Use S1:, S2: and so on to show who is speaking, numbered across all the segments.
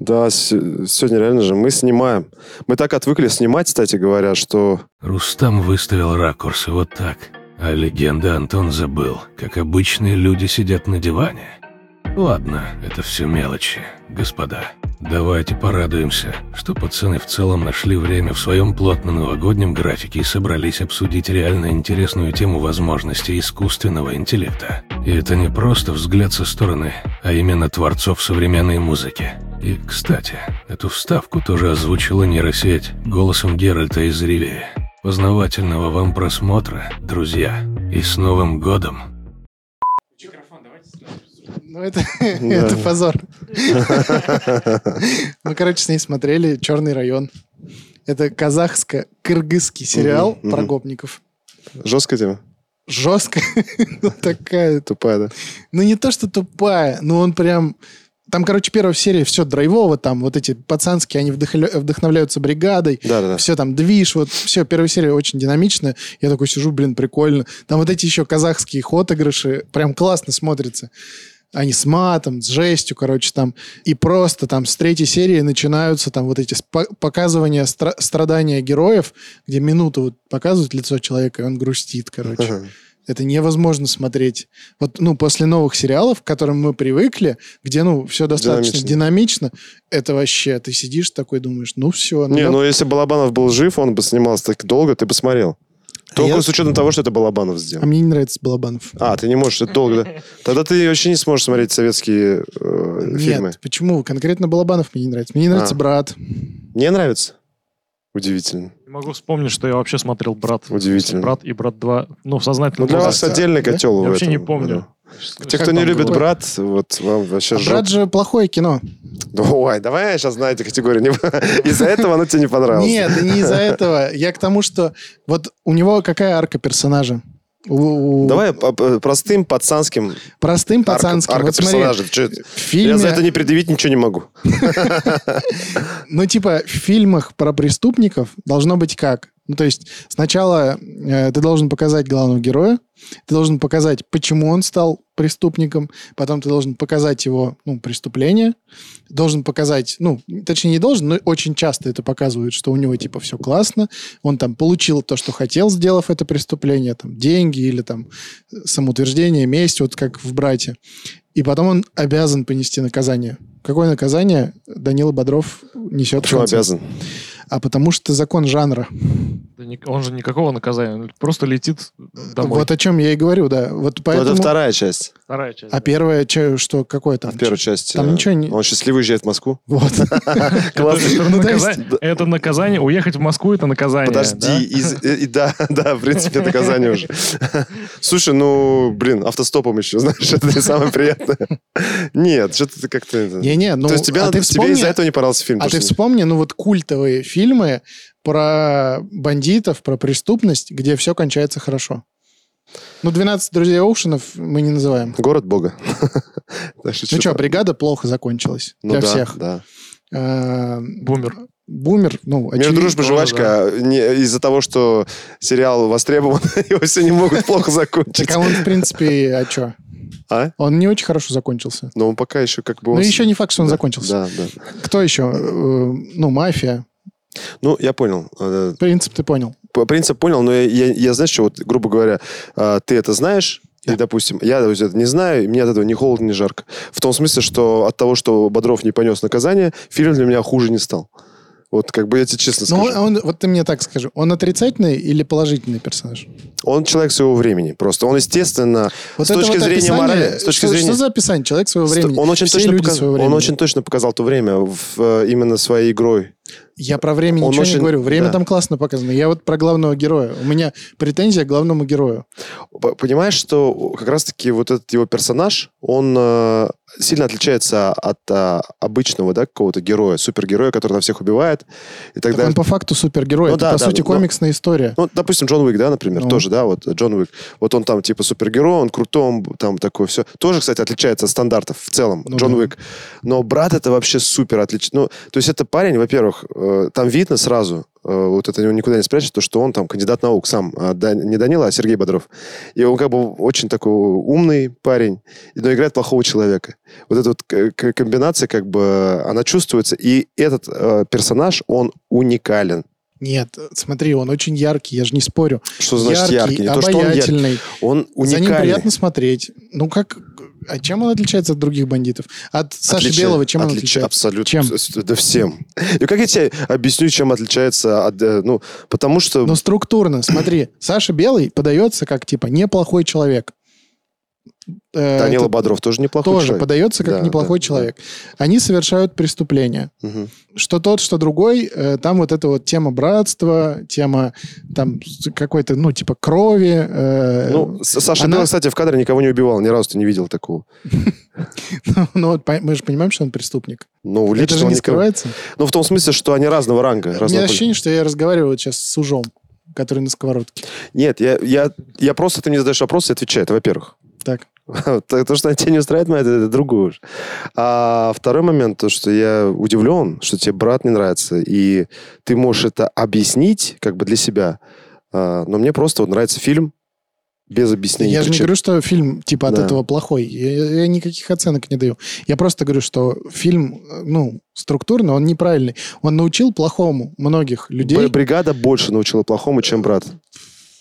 S1: Да, се- сегодня реально же мы снимаем. Мы так отвыкли снимать, кстати говоря, что...
S2: Рустам выставил ракурсы вот так. А легенда Антон забыл, как обычные люди сидят на диване. Ладно, это все мелочи, господа. Давайте порадуемся, что пацаны в целом нашли время в своем плотном новогоднем графике и собрались обсудить реально интересную тему возможностей искусственного интеллекта. И это не просто взгляд со стороны, а именно творцов современной музыки. И, кстати, эту вставку тоже озвучила нейросеть голосом Геральта из Ривии. Познавательного вам просмотра, друзья. И с Новым годом!
S3: Ну, это, это позор. Мы, короче, с ней смотрели «Черный район». Это казахско-кыргызский сериал
S1: Мгм,
S3: про
S1: мгм.
S3: гопников.
S1: Жесткая тема?
S3: Жестко. Ну, такая.
S1: Тупая, да?
S3: Ну, не то, что тупая, но он прям... Там, короче, первая серия все драйвово, там вот эти пацанские, они вдохля- вдохновляются бригадой,
S1: Да-да-да.
S3: все там движ, вот все, первая серия очень динамичная. Я такой сижу, блин, прикольно. Там вот эти еще казахские отыгрыши прям классно смотрятся. Они с матом, с жестью, короче, там. И просто там с третьей серии начинаются там вот эти спа- показывания стра- страдания героев, где минуту вот показывают лицо человека, и он грустит, короче.
S1: Ага.
S3: Это невозможно смотреть. Вот, ну, после новых сериалов, к которым мы привыкли, где, ну, все достаточно динамично, это вообще, ты сидишь такой, думаешь, ну, все.
S1: Не, ну если Балабанов был жив, он бы снимался так долго, ты бы смотрел. Только
S3: А я-
S1: с учетом того, что это Балабанов сделал.
S3: А мне не нравится Балабанов.
S1: А, ты не можешь, это долго, да? Тогда ты вообще не сможешь смотреть советские э, фильмы.
S3: Нет, почему? Конкретно Балабанов мне не нравится. Мне не нравится
S1: А.
S3: брат.
S1: Мне нравится. Удивительно.
S4: Не Могу вспомнить, что я вообще смотрел «Брат».
S1: Удивительно.
S4: «Брат» и «Брат 2». Ну, в
S1: Ну,
S4: сознательном
S1: для вас
S4: возрасте.
S1: отдельный
S3: Ну, да?
S1: котел.
S4: Я
S1: в
S4: вообще не
S1: этом,
S4: помню.
S1: да. Те, кто
S4: Как
S1: не
S4: там
S1: любит
S4: было?
S1: брат, вот вам вообще
S3: А
S1: жопа.
S3: брат же плохое кино.
S1: Ну, Ой, давай я сейчас на этой категории. не- Из-за этого оно тебе не понравилось.
S3: Нет, да не из-за этого. Я к тому, что вот у него какая арка персонажа? У- у-
S1: Давай по- по- простым пацанским
S3: Простым
S1: арка-
S3: пацанским.
S1: арка
S3: вот смотри,
S1: персонажей. Чё это?
S3: в
S1: Я
S3: фильме,
S1: за это не предъявить ничего не могу.
S3: ну типа в фильмах про преступников должно быть как? Ну то есть сначала э, ты должен показать главного героя, ты должен показать, почему он стал преступником, потом ты должен показать его ну, преступление, должен показать, ну, точнее, не должен, но очень часто это показывают, что у него, типа, все классно, он там получил то, что хотел, сделав это преступление, там, деньги или там самоутверждение, месть, вот как в «Брате». И потом он обязан понести наказание. Какое наказание Данила Бодров несет? в
S1: Почему
S3: конце?
S1: обязан?
S3: А потому что закон жанра.
S4: Да ни- Он же никакого наказания, он просто летит домой.
S3: Вот о чем я и говорю, да. Вот
S1: Ну,
S3: поэтому...
S1: Это вторая часть.
S4: Вторая часть.
S3: А первое, чё- что, какое там?
S1: В первую часть.
S3: Там
S1: э,
S3: ничего не-
S1: Он счастливый уезжает в Москву.
S3: Вот.
S4: Это,
S1: Классно.
S4: это
S3: Ну, то
S4: наказа-
S1: есть-
S4: это наказание. Уехать в Москву это наказание. да?
S1: Подожди, из- э, и да, да, в принципе, наказание уже. Слушай, ну, блин, автостопом еще, знаешь, это не самое приятное. Нет, что-то ты как-то... это-
S3: Не-не, ну,
S1: То есть тебе,
S3: а
S1: надо-
S3: ты
S1: тебе
S3: вспомни,
S1: из-за этого не понравился фильм?
S3: а ты
S1: потому что-
S3: вспомни, ну вот культовые фильмы про бандитов, про преступность, где все кончается хорошо. Ну, 12 друзей Оушенов мы не называем.
S1: Город бога. Да, шучу.
S3: Ну что, бригада плохо закончилась
S1: Ну
S3: для
S1: да,
S3: всех.
S1: да.
S3: А,
S4: Бумер.
S3: Бумер, ну,
S1: Мир,
S3: очевидно.
S1: дружба,
S4: тоже,
S1: жвачка. не- Из-за того, что сериал востребован, его все не могут плохо закончить.
S3: Так а он, в принципе, а что?
S1: А?
S3: Он не очень хорошо закончился.
S1: Но он пока еще как бы...
S3: Ну,
S1: он-
S3: еще не факт, что он
S1: Да,
S3: закончился.
S1: Да, да.
S3: Кто еще? Э, Ну, мафия.
S1: Ну, я понял. Э,
S3: Принцип ты понял.
S1: П- принцип понял, но я, я- я, знаешь, что вот, грубо говоря, а, ты это знаешь,
S3: Да.
S1: и, допустим, я допустим, это не знаю, и мне от этого ни холодно, ни жарко. В том смысле, что от того, что Бодров не понес наказание, фильм для меня хуже не стал. Вот как бы я тебе честно
S3: Ну,
S1: скажу.
S3: он,
S1: Он...
S3: он- вот ты мне так скажи, он отрицательный или положительный персонаж?
S1: человек своего времени просто. Он, естественно,
S3: Вот
S1: С
S3: это
S1: точки
S3: вот
S1: зрения
S3: описание-
S1: морали, с точки
S3: что,
S1: зрения-
S3: что за описание? Человек своего времени.
S1: он, очень
S3: Все
S1: точно
S3: люди
S1: показ-
S3: своего
S1: он
S3: времени.
S1: очень точно показал то время в, э, именно своей игрой.
S3: Я про время
S1: он
S3: ничего не
S1: очень-
S3: говорю. Время
S1: да.
S3: там классно показано. Я вот про главного героя. У меня претензия к главному герою.
S1: П- Понимаешь, что как раз-таки вот этот его персонаж, он э, сильно отличается от э, обычного, да, какого-то героя, супергероя, который там всех убивает и так
S3: Так
S1: далее.
S3: он по факту супергерой.
S1: Ну
S3: Это,
S1: да,
S3: по
S1: да,
S3: сути,
S1: но-
S3: комиксная история.
S1: Ну, допустим, Джон Уик, да, например,
S3: Ну.
S1: тоже, да, вот э, Джон Уик. Вот он там типа супергерой, он крутой, он там такое все. Тоже, кстати, отличается от стандартов в целом,
S3: Ну
S1: Джон
S3: да.
S1: Уик. Но брат это вообще супер отлично. Ну, то есть это парень, во-первых, во-первых, э, там видно сразу, э, вот это его никуда не спрячешь, то, что он там кандидат наук сам, а Да- не Данила, а Сергей Бодров. И он как бы очень такой умный парень, но играет плохого человека. Вот эта вот к- к- комбинация, как бы, она чувствуется, и этот э, персонаж, он уникален.
S3: Нет, смотри, он очень яркий, я же не спорю.
S1: Что значит яркий? Не то, что он яркий,
S3: обаятельный.
S1: он
S3: За ним
S1: уникальный.
S3: приятно смотреть. Ну как, а чем он отличается от других бандитов? От Саши
S1: Отличие-
S3: Белого чем он
S1: отличие-
S3: отличается?
S1: Абсолютно.
S3: Чем?
S1: С- с- Да всем. И как я тебе объясню, чем отличается от... э, Ну, потому что...
S3: Но структурно, смотри, Саша Белый подается как типа неплохой человек. Э,
S1: Данила
S3: этот
S1: Бодров тоже неплохой
S3: тоже
S1: человек.
S3: подается как
S1: Да,
S3: неплохой
S1: да,
S3: человек. Они совершают преступления.
S1: Мгм.
S3: что тот, что другой, э, там вот эта вот тема братства, тема там с- какой-то, ну, типа крови. э,
S1: Ну, С- Саша
S3: она-
S1: Белый, кстати, в кадре никого не убивал, ни разу ты не видел такого.
S3: ну, вот по- мы же понимаем, что он преступник.
S1: Ну,
S3: Это
S1: лично
S3: же
S1: он
S3: не
S1: никого-
S3: скрывается.
S1: Ну, в том смысле, что они разного ранга.
S3: У меня
S1: разного поля.
S3: ощущение, что я разговариваю вот сейчас с ужом, который на сковородке.
S1: Нет, я, я, я просто, ты мне задаешь вопрос и отвечаю, это во-первых.
S3: Так.
S1: То, то, что тебя не устраивает, ну, это, это другое уже. А второй момент, то, что я удивлен, что тебе брат не нравится, и ты можешь это объяснить как бы для себя, А, но мне просто вот нравится фильм без объяснений.
S3: я же не
S1: причин.
S3: говорю, что фильм типа от
S1: Да.
S3: этого плохой. Я, я никаких оценок не даю. Я просто говорю, что фильм, э, ну, структурно, он неправильный. Он научил плохому многих людей.
S1: Б- Бригада больше научила плохому, чем брат.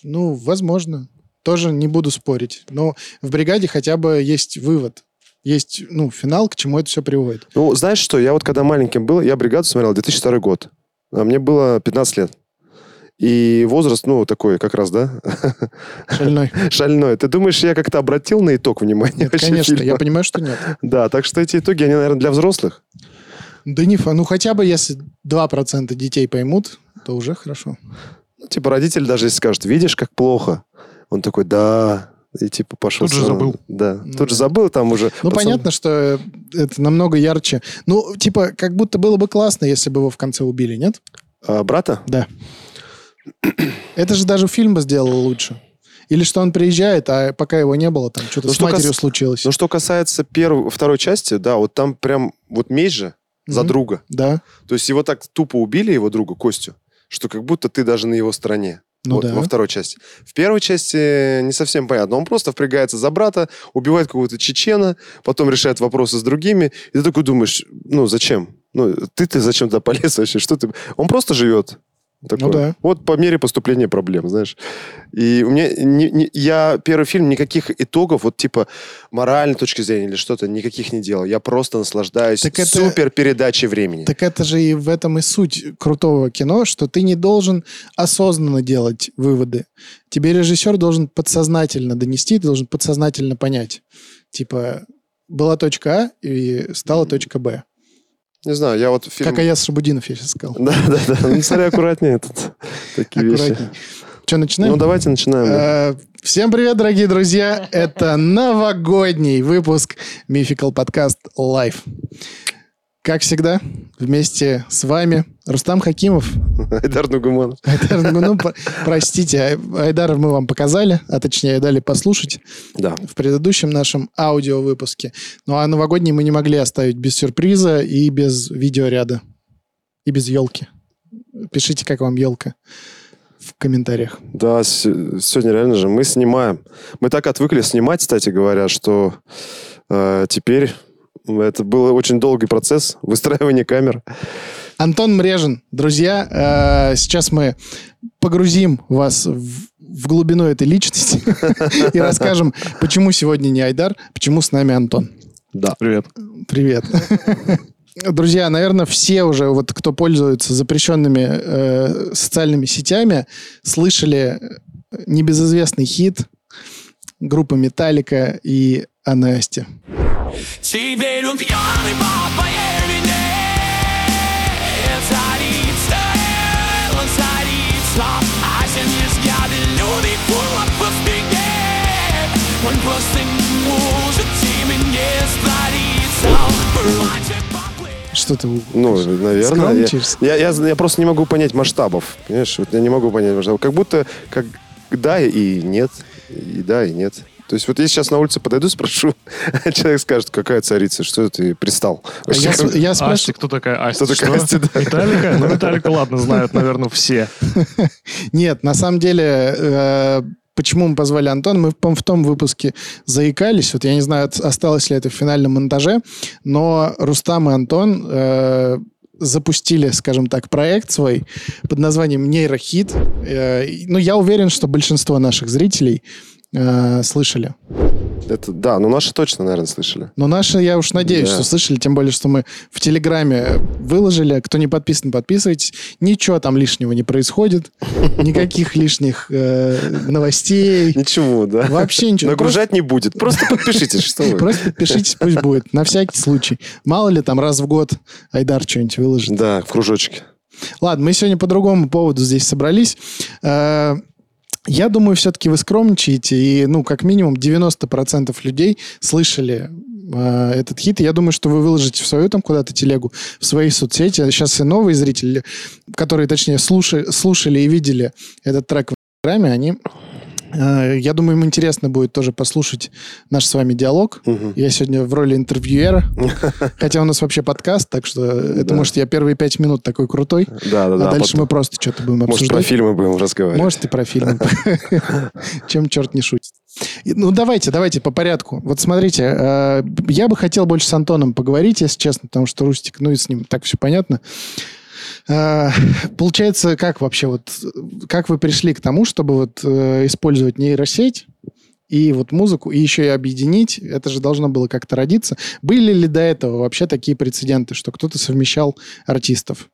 S3: Ну, возможно. Тоже не буду спорить. Но в бригаде хотя бы есть вывод. Есть, ну, финал, к чему это все приводит.
S1: Ну, знаешь что, я вот когда маленьким был, я «Бригаду» смотрел, 2002 год. А мне было 15 лет. И возраст, ну, такой как раз, да,
S3: Шальной.
S1: шальной. Ты думаешь, я как-то обратил на итог внимание?
S3: Нет,
S1: вообще
S3: конечно,
S1: фильма?
S3: я понимаю, что нет.
S1: Да, так что эти итоги, они, наверное, для взрослых.
S3: Да не, фа- ну хотя бы если 2% детей поймут, то уже хорошо.
S1: Ну, типа родитель даже если скажет, видишь, как плохо. Он такой, да, и типа пошел.
S4: Тут же
S1: сразу.
S4: забыл.
S1: Да,
S3: Ну
S1: тут же
S3: да.
S1: забыл, там уже...
S3: Ну,
S1: пацан-
S3: понятно, что это намного ярче. Ну, типа, как будто было бы классно, если бы его в конце убили, нет?
S1: А, брата?
S3: Это же даже фильм бы сделало лучше. Или что он приезжает, а пока его не было, там что-то
S1: Ну,
S3: с
S1: что кас-
S3: матерью случилось.
S1: Ну, что касается первой, второй части, да, вот там прям вот месть же за
S3: Мгм.
S1: друга.
S3: Да,
S1: То есть его так тупо убили, его друга, Костю, что как будто ты даже на его стороне.
S3: ну
S1: вот,
S3: да.
S1: во второй части. В первой части э, не совсем понятно. Он просто впрягается за брата, убивает какого-то чечена, потом решает вопросы с другими. И ты такой думаешь, ну зачем? Ну ты-то зачем туда полез вообще? Что ты? Он просто живет. Такое.
S3: Ну да.
S1: Вот по мере поступления проблем, знаешь. И у меня... не- не- я первый фильм никаких итогов, вот типа моральной точки зрения или что-то, никаких не делал. Я просто наслаждаюсь
S3: Так это-
S1: супер передачей времени.
S3: Так это же и в этом и суть крутого кино, что ты не должен осознанно делать выводы. Тебе режиссер должен подсознательно донести, ты должен подсознательно понять. Типа, была точка А и стала точка Б.
S1: Не знаю, я вот фильм...
S3: Как Аяс Шабудинов, я сейчас сказал.
S1: Да, да, да. Ну, смотри, аккуратнее тут. Такие вещи.
S3: Аккуратней. Что, начинаем?
S1: Ну, давайте начинаем. да.
S3: Э, Всем привет, дорогие друзья! Это новогодний выпуск Mythical Podcast Live. Как всегда, вместе с вами Рустам Хакимов,
S1: Айдар Нугуманов.
S3: Айдар, ну, ну, про- простите, Ай- Айдара мы вам показали, а точнее дали послушать
S1: Да.
S3: в предыдущем нашем аудиовыпуске. Ну а новогодний мы не могли оставить без сюрприза и без видеоряда. И без елки. Пишите, как вам елка в комментариях.
S1: Да, се- сегодня реально же мы снимаем. Мы так отвыкли снимать, кстати говоря, что э, теперь это был очень долгий процесс выстраивания камер.
S3: Антон Мрежин, друзья, э, сейчас мы погрузим вас в, в глубину этой личности и расскажем, почему сегодня не Айдар, почему с нами Антон.
S1: Да.
S4: Привет.
S3: Привет. Друзья, наверное, все уже, вот кто пользуется запрещенными э, социальными сетями, слышали э, небезызвестный хит группы Металлика и Анасти.
S5: Теперь он пьяный по вине Царица, он царица Осенние взгляды, люди пула по спине Он просто не может ими не сториться e
S3: Что ты...
S1: Ну, наверное. я-
S3: Скромничаешь?
S1: Я, я, я просто не могу понять масштабов. Понимаешь, вот я не могу понять масштабов. Как будто как да и нет, и да и нет. То есть вот если сейчас на улице подойду, спрошу, человек скажет, какая царица, что ты пристал?
S3: А Я, с- я
S4: Асти,
S3: спрашиваю...
S4: кто такая Асти?
S1: Кто такая
S4: Что?
S1: Асти, да.
S4: Металлика? Ну, Металлика, ладно, знают, наверное, все.
S3: Нет, на самом деле, э, почему мы позвали Антона, мы, по-моему, в том выпуске заикались, вот я не знаю, от- осталось ли это в финальном монтаже, но Рустам и Антон э, запустили, скажем так, проект свой под названием «Нейрохит». Э, и- ну, я уверен, что большинство наших зрителей э, слышали.
S1: Это, да, ну наши точно, наверное, слышали.
S3: Но наши, я уж надеюсь,
S1: Да.
S3: что слышали, тем более, что мы в Телеграме выложили. Кто не подписан, подписывайтесь. Ничего там лишнего не происходит. Никаких лишних э, новостей.
S1: Ничего, да.
S3: Вообще ничего.
S1: Нагружать не будет. Просто подпишитесь, что
S3: Просто,
S1: вы.
S3: просто подпишитесь, пусть будет. На всякий случай. Мало ли там раз в год Айдар что-нибудь выложит.
S1: Да, в кружочке.
S3: Ладно, мы сегодня по другому поводу здесь собрались. Э, Я думаю, все-таки вы скромничаете, и, ну, как минимум 90% людей слышали э, этот хит. И Я думаю, что вы выложите в свою там куда-то телегу, в свои соцсети. Сейчас и новые зрители, которые, точнее, слушали, слушали и видели этот трек в Инстаграме, они... э, Я думаю, им интересно будет тоже послушать наш с вами диалог.
S1: Мгм.
S3: Я сегодня в роли интервьюера, хотя у нас вообще подкаст, так что это,
S1: Да.
S3: может, я первые пять минут такой крутой.
S1: Да, да,
S3: А
S1: да.
S3: дальше
S1: потом-
S3: мы просто что-то будем
S1: Может, про
S3: обсуждать.
S1: фильмы будем разговаривать.
S3: Может, и про фильм. Чем черт не шутит. И, Ну, давайте, давайте по порядку. Вот смотрите, э, я бы хотел больше с Антоном поговорить, если честно, потому что Рустик, ну и с ним так все понятно. Э, Получается, как вообще вот, э, как вы пришли к тому, чтобы вот э, использовать нейросеть и вот музыку, и еще и объединить, это же должно было как-то родиться. Были ли до этого вообще такие прецеденты, что кто-то совмещал артистов?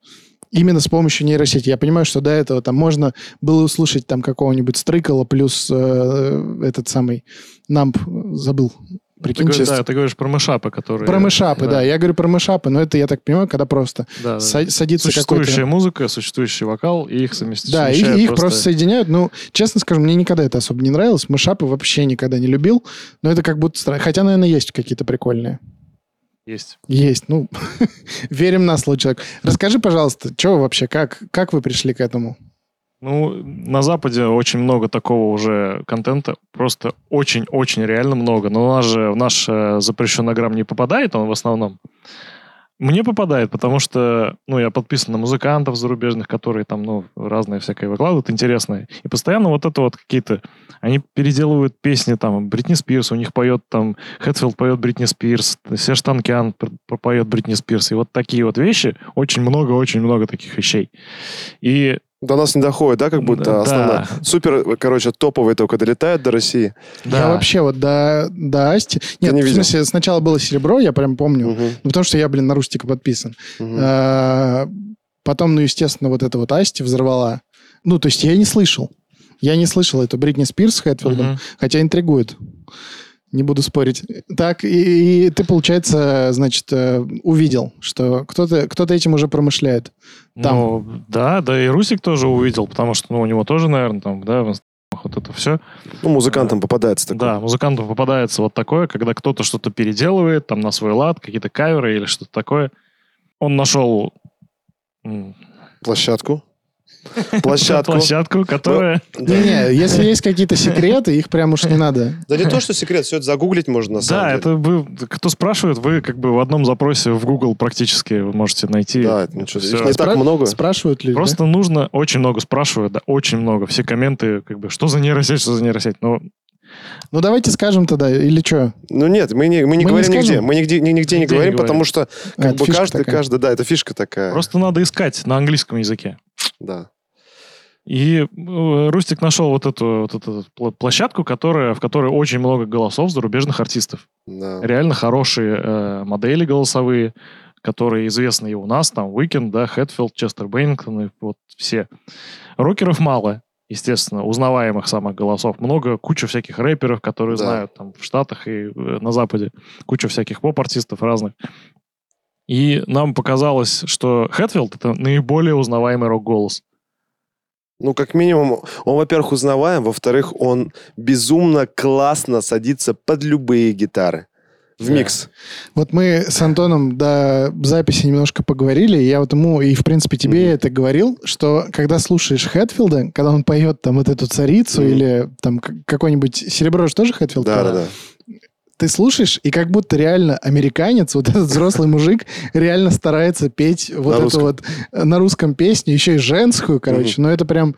S3: Именно с помощью нейросети. Я понимаю, что до этого там можно было услышать там какого-нибудь Стрыкала плюс э, этот самый Намп, э, забыл.
S4: Ты
S3: Прикинь,
S4: говоришь,
S3: честно.
S4: да, ты говоришь про мышапы, которые...
S3: Про мышапы, да. Я говорю про мышапы, но это, я так понимаю, когда просто
S4: да, да.
S3: са- садится какой-то...
S4: Существующая музыка, существующий вокал, и их совместить.
S3: Да, и- и их просто... соединяют. Ну, честно скажу, мне никогда это особо не нравилось. Мышапы вообще никогда не любил. Но это как будто странно. Хотя, наверное, есть какие-то прикольные.
S4: Есть.
S3: Есть, ну, верим на слово человек. Расскажи, пожалуйста, что вообще, как, как вы пришли к этому?
S4: Ну, на Западе очень много такого уже контента, просто очень-очень реально много. Но у нас же в наш э, запрещенограмм не попадает он в основном. Мне попадает, потому что, ну, я подписан на музыкантов зарубежных, которые там, ну, разное всякое выкладывают интересное. И постоянно вот это вот какие-то... Они переделывают песни, там, Бритни Спирс, у них поет там... Хэтфилд поет Бритни Спирс, Серж Танкиан пр- пр- поет Бритни Спирс. И вот такие вот вещи, очень много-очень много таких вещей. И
S1: До нас не доходит, да, как будто
S4: Да.
S1: основная. Супер, короче, топовые только долетают до России.
S3: Я вообще вот до, до Асти... Нет,
S1: не
S3: в
S1: видел.
S3: смысле, сначала было серебро, я прям помню.
S1: Мгм,
S3: Ну, потому что я, блин, на Рустика подписан.
S1: мгм.
S3: А, Потом, ну, естественно, вот это вот Асти взорвала. Ну, то есть я не слышал. Я не слышал эту Бритни Спирс с Хэтфилдом,
S4: Мгм.
S3: хотя интригует. Не буду спорить. Так, и, и ты, получается, значит, э, увидел, что кто-то кто этим уже промышляет. Там.
S4: Ну, да, да, и Русик тоже увидел, потому что, ну, у него тоже, наверное, там, да, в инстаграмах вот это все.
S1: Ну, музыкантам попадается такое.
S4: Да, музыкантам попадается вот такое, когда кто-то что-то переделывает, там, на свой лад, какие-то каверы или что-то такое. Он нашел м,
S1: Площадку. Площадку.
S4: площадку, которая...
S1: Да.
S3: Не-не, если есть какие-то секреты, их прям уж не надо.
S1: Да не то, что секрет, все это загуглить можно Ну, на
S4: Да,
S1: самом деле.
S4: это вы, кто спрашивает, вы как бы в одном запросе в Google практически вы можете найти.
S1: Да, это ничего.
S4: Всё.
S1: Их не так
S3: Спра-
S1: много.
S3: Спрашивают люди.
S4: Просто нужно, очень много спрашивают, да, очень много. Все комменты, как бы, что за нейросеть, что за нейросеть. Ну,
S3: Ну, давайте скажем тогда, или что?
S1: Ну нет, мы не, мы не
S3: Мы не
S1: говорим нигде.
S3: скажем?
S1: Мы нигде, ни- нигде не
S4: Нигде не
S1: говорим,
S4: говорим.
S1: потому что
S3: Э,
S1: как бы каждый, каждый, да, это фишка такая.
S4: просто надо искать на английском языке.
S1: Да.
S4: И э, Рустик нашел вот эту, вот эту пла- площадку, которая, в которой очень много голосов зарубежных артистов.
S1: Да.
S4: Реально хорошие э, модели голосовые, которые известны и у нас, там Уикенд, да, Хэтфилд, Честер Беннингтон, и вот все. Рокеров мало, естественно, узнаваемых самых голосов. Много, куча всяких рэперов, которые
S1: Да.
S4: знают там в Штатах и э, на Западе. Куча всяких поп-артистов разных. И нам показалось, что Хэтфилд — это наиболее узнаваемый рок-голос.
S1: Ну, как минимум, он, во-первых, узнаваем, во-вторых, он безумно классно садится под любые гитары. В микс.
S3: Вот мы с Антоном до записи немножко поговорили, и я вот ему, и в принципе тебе
S1: Мгм.
S3: это говорил, что когда слушаешь Хэтфилда, когда он поет там вот эту царицу
S1: Мгм.
S3: или там к- какой-нибудь серебро, же тоже Хэтфилд?
S1: Да,
S3: пел?
S1: да, да.
S3: Ты слушаешь, и как будто реально американец, вот этот взрослый мужик, реально старается петь вот
S1: На
S3: эту
S1: русском.
S3: вот э, на русском песню, еще и женскую, короче, но это прям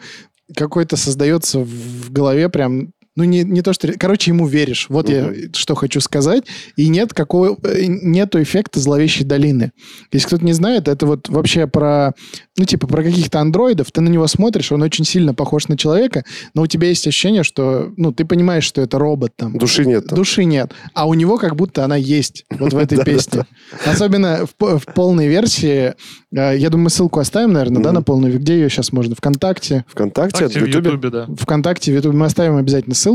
S3: какой-то создается в голове прям ну, не, не то, что... ре- Короче, ему веришь. Вот я
S1: Мгм.
S3: что хочу сказать. И нет какого... э, Нету эффекта зловещей долины. Если кто-то не знает, это вот вообще про... Ну, типа, про каких-то андроидов. Ты на него смотришь, он очень сильно похож на человека, но у тебя есть ощущение, что... Ну, ты понимаешь, что это робот там.
S1: Души нет там.
S3: Души нет. А у него как будто она есть вот в этой песне. Особенно в, по- в полной версии. э, Я думаю, мы ссылку оставим, наверное, да,
S1: Мгм.
S3: на полную. Где ее сейчас можно? Вконтакте.
S1: ВКонтакте,
S4: Вконтакте,
S1: в Ютубе.
S4: да.
S3: Вконтакте, в Ютубе мы оставим обязательно ссылку.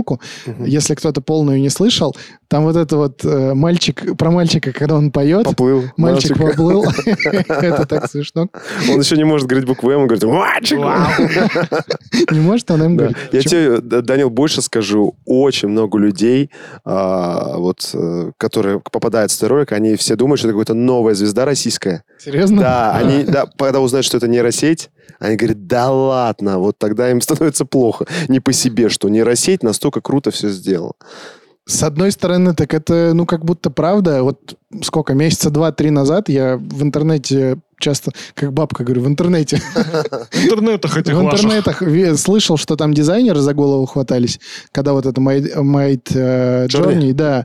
S1: Мгм.
S3: Если кто-то полную не слышал, там вот это вот э, мальчик, про мальчика, когда он поет,
S1: Поплыл.
S3: мальчик
S1: Мальчик.
S3: поплыл. Это так смешно.
S1: Он еще не может говорить букву М, он говорит «Мальчик!»
S3: Не может, она им
S1: Да.
S3: говорит.
S1: Я
S3: «Чё,
S1: тебе, Д- Данил, больше скажу. Очень много людей, а, вот, э, которые попадают в этот ролик, они все думают, что это какая-то новая звезда российская.
S3: Серьезно?
S1: Да, они, да, когда узнают, что это нейросеть, они говорят, да ладно, вот тогда им становится плохо. Не по себе, что нейросеть настолько круто все сделала.
S3: С одной стороны, так это, ну, как будто правда. Вот сколько, месяца два-три назад я в интернете часто, как бабка говорю, в интернете,
S4: Интернета хоть и
S3: в
S4: ваших.
S3: интернетах ве- слышал, что там дизайнеры за голову хватались, когда вот это Made э,
S1: Journey.
S3: Journey, да,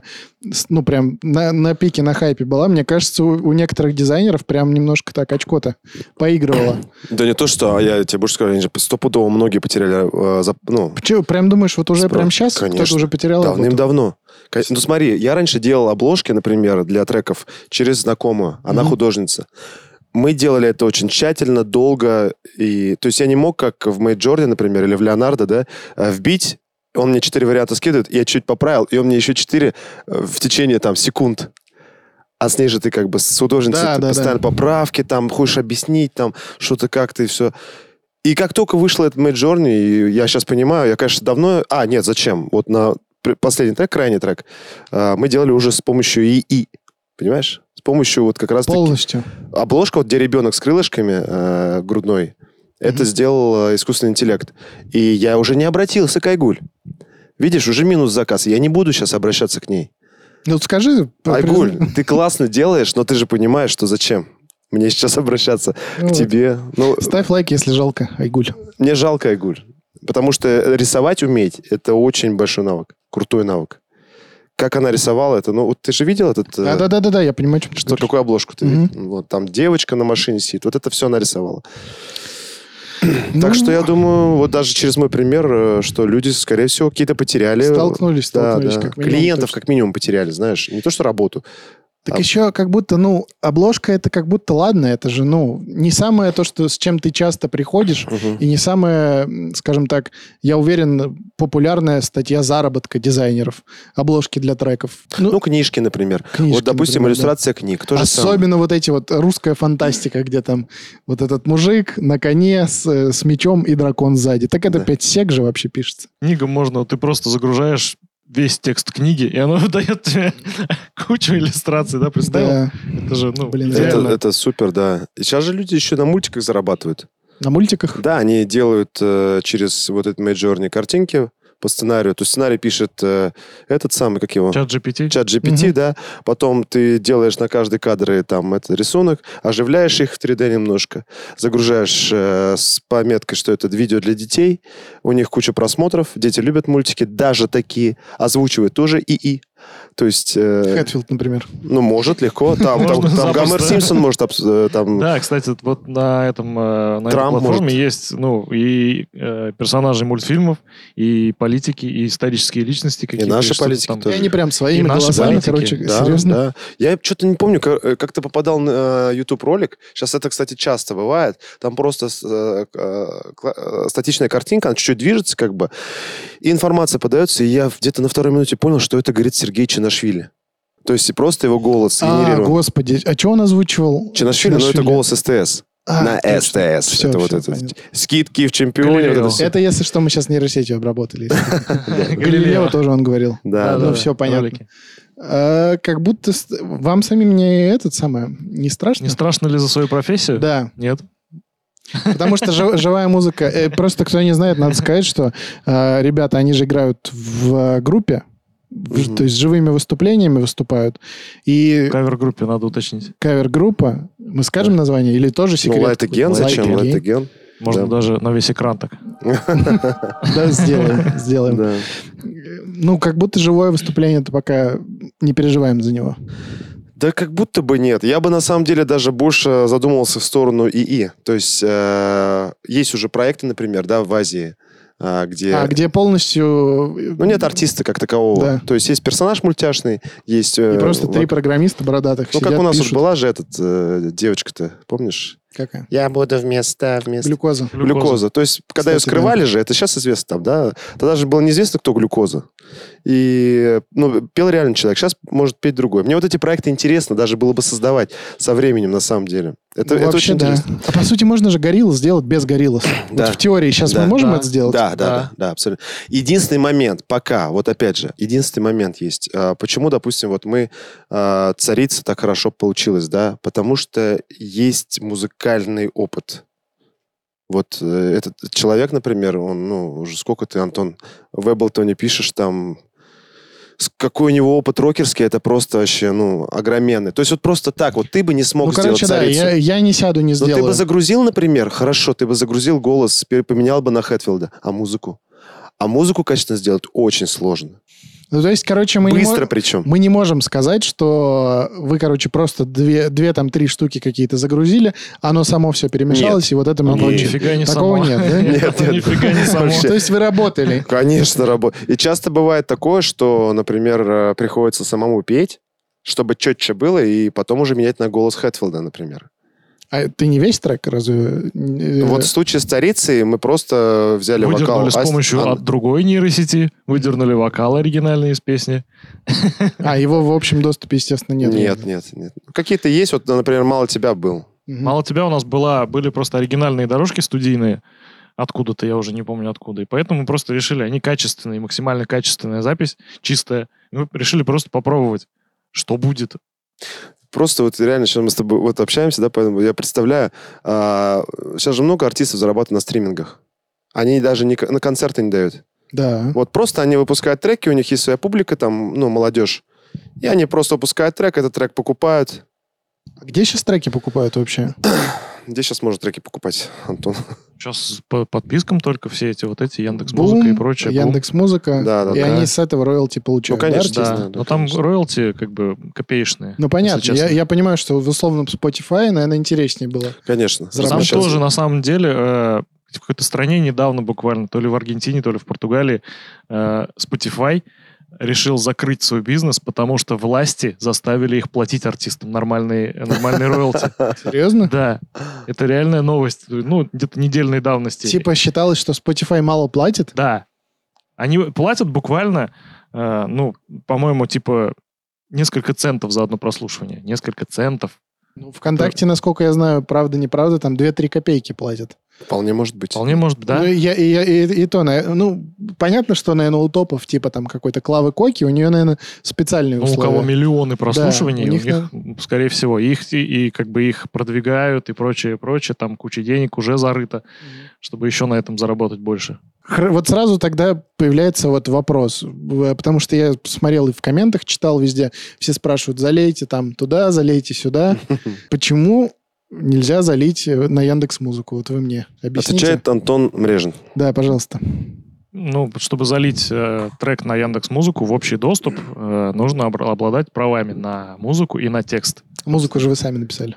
S3: с- ну, прям на, на пике, на хайпе была. Мне кажется, у, у некоторых дизайнеров прям немножко так очко-то поигрывало.
S1: Да не то, что, а я тебе больше скажу, они же стопудово многие потеряли, э, за- ну,
S3: Че, прям думаешь, вот уже
S1: Справ-
S3: прям сейчас кто-то
S1: Конечно.
S3: уже потерял работу?
S1: Давным-давно. Ко- Ну смотри, я раньше делал обложки, например, для треков через знакомую. Она
S3: Мгм.
S1: художница. Мы делали это очень тщательно, долго. И... То есть я не мог, как в Мейджорде, например, или в Леонардо, да, э, вбить. Он мне четыре варианта скидывает, я чуть поправил, и он мне еще четыре э, в течение там секунд. А с ней же ты как бы с художницей
S3: Да,
S1: ты
S3: да, да.
S1: постоянно поправки, там хочешь объяснить, там что-то как-то и все. И как только вышло это Мейджорни, и я сейчас понимаю, я, конечно, давно... А, нет, зачем? Вот на пр- последний трек, крайний трек, э, мы делали уже с помощью ИИ, понимаешь? С помощью вот как раз таки...
S3: Полностью.
S1: Обложка, вот где ребенок с крылышками э, грудной, это сделал э, искусственный интеллект. И я уже не обратился к Айгуль. Видишь, уже минус заказ. Я не буду сейчас обращаться к ней.
S3: Ну, вот скажи... по-
S1: Айгуль,
S3: призна-
S1: ты классно делаешь, но ты же понимаешь, что зачем мне сейчас обращаться
S3: ну,
S1: к
S3: вот.
S1: тебе. Ну,
S3: Ставь лайк, если жалко, Айгуль.
S1: мне жалко Айгуль. Потому что рисовать уметь – это очень большой навык, крутой навык. Как она рисовала это? Ну, вот ты же видел этот... э,
S3: Да-да-да, я понимаю, о чем ты
S1: Что,
S3: говоришь.
S1: какую обложку ты
S3: Мгм.
S1: видел? Вот, там девочка на машине сидит. Вот это все она рисовала.
S3: Ну,
S1: Так что я думаю, вот даже через мой пример, э, что люди, скорее всего, какие-то потеряли... э,
S3: Столкнулись,
S1: Да,
S3: столкнулись.
S1: да.
S3: Как минимум,
S1: Клиентов
S3: точно.
S1: как минимум потеряли, знаешь. Не то, что работу.
S3: Так
S1: А-
S3: еще как будто, ну, обложка это как будто, ладно, это же, ну, не самое то, что с чем ты часто приходишь, и не самая, м, скажем так, я уверен, популярная статья заработка дизайнеров, обложки для треков. Ну,
S1: Ну, книжки, например.
S3: книжки,
S1: вот, допустим,
S3: например, да.
S1: иллюстрация книг. То же самое.
S3: Особенно вот эти вот русская фантастика, где там вот этот мужик на коне с, э, с мечом и дракон сзади. Так это
S1: Да.
S3: 5 сек же вообще пишется.
S4: Книга можно, ты просто загружаешь весь текст книги, и она выдает тебе кучу иллюстраций, да, представил?
S3: Да.
S4: Это же, ну,
S3: Блин,
S1: Это,
S4: идеально.
S1: это супер, да. И сейчас же люди еще на мультиках зарабатывают.
S3: На мультиках.
S1: Да, они делают э, через вот этот Мейджорни картинки по сценарию. То есть сценарий пишет э, этот самый, как его?
S4: Чат GPT.
S1: Чат GPT,
S3: Мгм.
S1: да. Потом ты делаешь на каждый кадр э, там этот рисунок, оживляешь их в 3D немножко, загружаешь э, с пометкой, что это видео для детей. У них куча просмотров, дети любят мультики, даже такие озвучивают тоже ИИ. То есть, э,
S3: Хэтфилд, например.
S1: ну, может, легко. Там, там,
S4: Можно
S1: там Гомер
S4: запросто.
S1: Симпсон может обс- э, там
S4: Да, кстати, вот на этом э, на этой
S1: Трамп
S4: платформе
S1: может.
S4: есть ну и э, персонажи мультфильмов, и политики, и исторические личности какие-то.
S1: наши
S4: что-то
S1: политики
S4: там.
S1: тоже.
S3: И они прям своими
S4: наши
S3: голосами,
S4: политики.
S3: короче,
S1: Да,
S3: серьезно.
S1: да. Я что-то не помню, ка- э, как-то попадал на э, YouTube ролик. Сейчас это, кстати, часто бывает. Там просто с- э, к- э, кла- э, статичная картинка, она чуть-чуть движется, как бы, и информация подается. И я в- где-то на второй минуте понял, что это говорит Сергей Чинашвили. То есть и просто его голос
S3: А,
S1: сгенерирован.
S3: господи, а что он озвучивал?
S1: Чинашвили, ну это
S3: Чинашвили.
S1: голос СТС.
S3: А,
S1: на
S3: точно.
S1: СТС.
S3: Всё,
S1: это вот
S3: всё,
S1: это.
S3: понятно.
S1: Скидки в чемпионе. вот это
S4: Галилео.
S1: всё.
S3: Это если что, мы сейчас нейросетью обработали.
S4: Галилео.
S3: Галилео тоже он говорил.
S1: Да,
S3: ну,
S1: да.
S3: всё понятно.
S4: ролики.
S3: А, как будто с- вам самим не этот самое, не страшно?
S4: Не страшно ли за свою профессию?
S3: Да.
S4: Нет.
S3: Потому что жи- живая музыка... э, Просто, кто не знает, надо сказать, что э, ребята, они же играют в э, группе, в-
S1: Мгм.
S3: то есть живыми выступлениями выступают. И
S4: Кавер-группе надо уточнить.
S3: кавер-группа, мы скажем название или тоже
S1: Ну,
S3: секрет?
S1: Light Again,
S3: Light
S1: зачем
S3: Again.
S1: Light Again?
S4: Можно
S1: Да.
S4: даже на весь экран так.
S3: Да, сделаем, сделаем.
S1: Да.
S3: Ну, как будто живое выступление, то пока не переживаем за него.
S1: Да как будто бы нет. Я бы на самом деле даже больше задумывался в сторону ИИ. То есть э, есть уже проекты, например, да, в Азии, а, где...
S3: А где полностью... э,
S1: Ну, нет артиста как такового.
S3: Да.
S1: То есть есть персонаж мультяшный, есть...
S3: И
S1: э,
S3: просто три
S1: вок-
S3: программиста бородатых
S1: Ну, как
S3: сидят,
S1: у нас уж
S3: пишут.
S1: была же этот, э, девочка-то, помнишь?
S3: Какая?
S1: Я буду вместо... вместо...
S3: Глюкоза.
S1: Глюкоза. То есть, когда ее
S3: Кстати,
S1: скрывали же, это сейчас известно там, да? Тогда же было неизвестно, кто глюкоза. И, ну, пел реально человек. Сейчас может петь другой. Мне вот эти проекты интересно, даже было бы создавать со временем, на самом деле. Это,
S3: Ну,
S1: это
S3: вообще,
S1: очень
S3: да.
S1: интересно.
S3: А по сути, можно же горилл сделать без гориллос. Вот
S1: Да.
S3: в теории сейчас
S1: Да.
S3: мы можем
S4: Да.
S3: это сделать?
S1: Да, да, да, да, абсолютно. Единственный момент, пока, вот опять же, единственный момент есть. А, Почему, допустим, вот мы а, царица так хорошо получилось, да? Потому что есть музыкальный опыт. Вот э, этот человек, например, он, ну, уже сколько ты, Антон, в Эблтоне пишешь там, с- какой у него опыт рокерский, это просто вообще, ну, огроменный. То есть вот просто так, вот ты бы не смог
S3: Ну,
S1: сделать
S3: короче, да,
S1: царицу.
S3: я, я не сяду, не
S1: Но ты бы
S3: сделаю.
S1: загрузил, например, хорошо, ты бы загрузил голос, пер- поменял бы на Хэтфилда, а музыку? А музыку качественно сделать очень сложно.
S3: Ну, то есть, короче, мы не,
S1: Быстро
S3: мо-
S1: причем.
S3: мы не можем сказать, что вы, короче, просто две, две там, три штуки какие-то загрузили, оно само все перемешалось, и вот это мы
S1: Нет.
S3: получили.
S4: Нифига не
S3: Такого
S4: само.
S3: нет, да?
S1: Нет, нет.
S4: Нифига не само.
S1: Вообще.
S3: То есть вы работали.
S1: Конечно, работает. И часто бывает такое, что, например, э, приходится самому петь, чтобы четче было, и потом уже менять на голос Хэтфилда, например.
S3: А ты не весь трек разве? э,
S1: Вот в случае с царицей мы просто взяли вокал. А
S4: Выдернули с
S1: Аст-
S4: помощью
S1: Ан-
S4: от другой нейросети, выдернули вокал оригинальный из песни.
S3: А его в общем доступе, естественно, нет.
S1: Нет, нет, нет. Какие-то есть, вот, например, «Мало тебя» был.
S3: Мгм.
S4: Мало тебя, у нас была, были просто оригинальные дорожки студийные, откуда-то, я уже не помню откуда. И поэтому мы просто решили, они качественные, максимально качественная запись, чистая. И мы решили просто попробовать, что будет.
S1: Просто вот реально сейчас мы с тобой вот общаемся, да, поэтому я представляю, а, сейчас же много артистов зарабатывают на стримингах. Они даже не, к- на концерты не дают.
S3: Да.
S1: Вот просто они выпускают треки, у них есть своя публика, там, ну, молодежь. И они просто выпускают трек, этот трек покупают.
S3: А Где сейчас треки покупают вообще?
S1: Где сейчас можно треки покупать, Антон?
S4: Сейчас по подпискам только все эти вот эти, Яндекс Музыка и
S3: Бум,
S4: прочее. Бум.
S3: Яндекс Музыка.
S1: Да, да,
S3: И
S1: да.
S3: они с этого роялти получают.
S1: Ну, конечно,
S3: да?
S4: Да,
S1: естественно, да,
S4: но там
S1: конечно.
S4: роялти как бы копеечные.
S3: Ну, понятно.
S4: честно.
S3: Я, я понимаю, что в условном Spotify, наверное, интереснее было.
S1: Конечно.
S3: Ну, Там
S4: Там
S1: сейчас.
S4: тоже, на самом деле, э, в какой-то стране недавно буквально, то ли в Аргентине, то ли в Португалии, э, Spotify решил закрыть свой бизнес, потому что власти заставили их платить артистам нормальные, э, нормальные роялти.
S3: Серьезно?
S4: Да, это реальная новость. Ну, где-то недельной давности.
S3: Типа считалось, что Spotify мало платит?
S4: Да. Они платят буквально, э, ну, по-моему, типа несколько центов за одно прослушивание. Несколько центов.
S3: Ну, ВКонтакте, насколько я знаю, правда-неправда, там 2-3 копейки платят.
S1: Вполне может быть.
S4: Вполне может, быть,
S3: Ну,
S4: да?
S3: и, я- и я- и- и то, на- ну, понятно, что, наверное, у топов, типа там какой-то Клавы Коки, у нее, наверное, специальные
S4: Ну, у
S3: условия.
S4: кого миллионы прослушиваний,
S3: у
S4: у
S3: них,
S4: них, скорее всего, их и, и как бы их продвигают и прочее, прочее, там куча денег уже зарыта, чтобы еще на этом заработать больше.
S3: Хр- Вот сразу тогда появляется вот вопрос, В- потому что я смотрел и в комментах, читал везде, все спрашивают, залейте там туда, залейте сюда. Почему нельзя залить э, на Яндекс Музыку? Вот вы мне объясните.
S1: Отвечает Антон Мрежин.
S3: Да, пожалуйста.
S4: Ну, чтобы залить э, трек на Яндекс Музыку в общий доступ, э, нужно обра- обладать правами на музыку и на текст.
S3: Музыку же вы сами написали,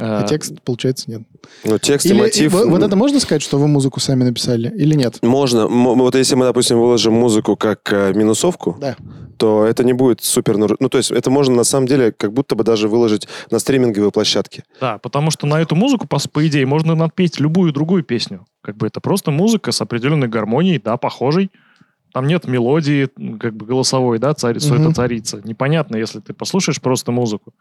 S4: Э,
S3: а текст, получается, нет.
S1: Ну, текст и
S3: Или-
S1: мотив...
S3: и во- вот это можно сказать, что вы музыку сами написали или нет?
S1: Можно. М- вот если мы, допустим, выложим музыку как э, минусовку,
S3: Да.
S1: то это не будет супер... нар- Ну, то есть это можно, на самом деле, как будто бы даже выложить на стриминговые площадке.
S4: Да, потому что на эту музыку, по, с- по идее, можно напеть любую другую песню. Как бы это просто музыка с определенной гармонией, да, похожей. Там нет мелодии, м, как бы голосовой, да, царица,
S3: Мгм.
S4: это царица. Непонятно, если ты послушаешь просто музыку.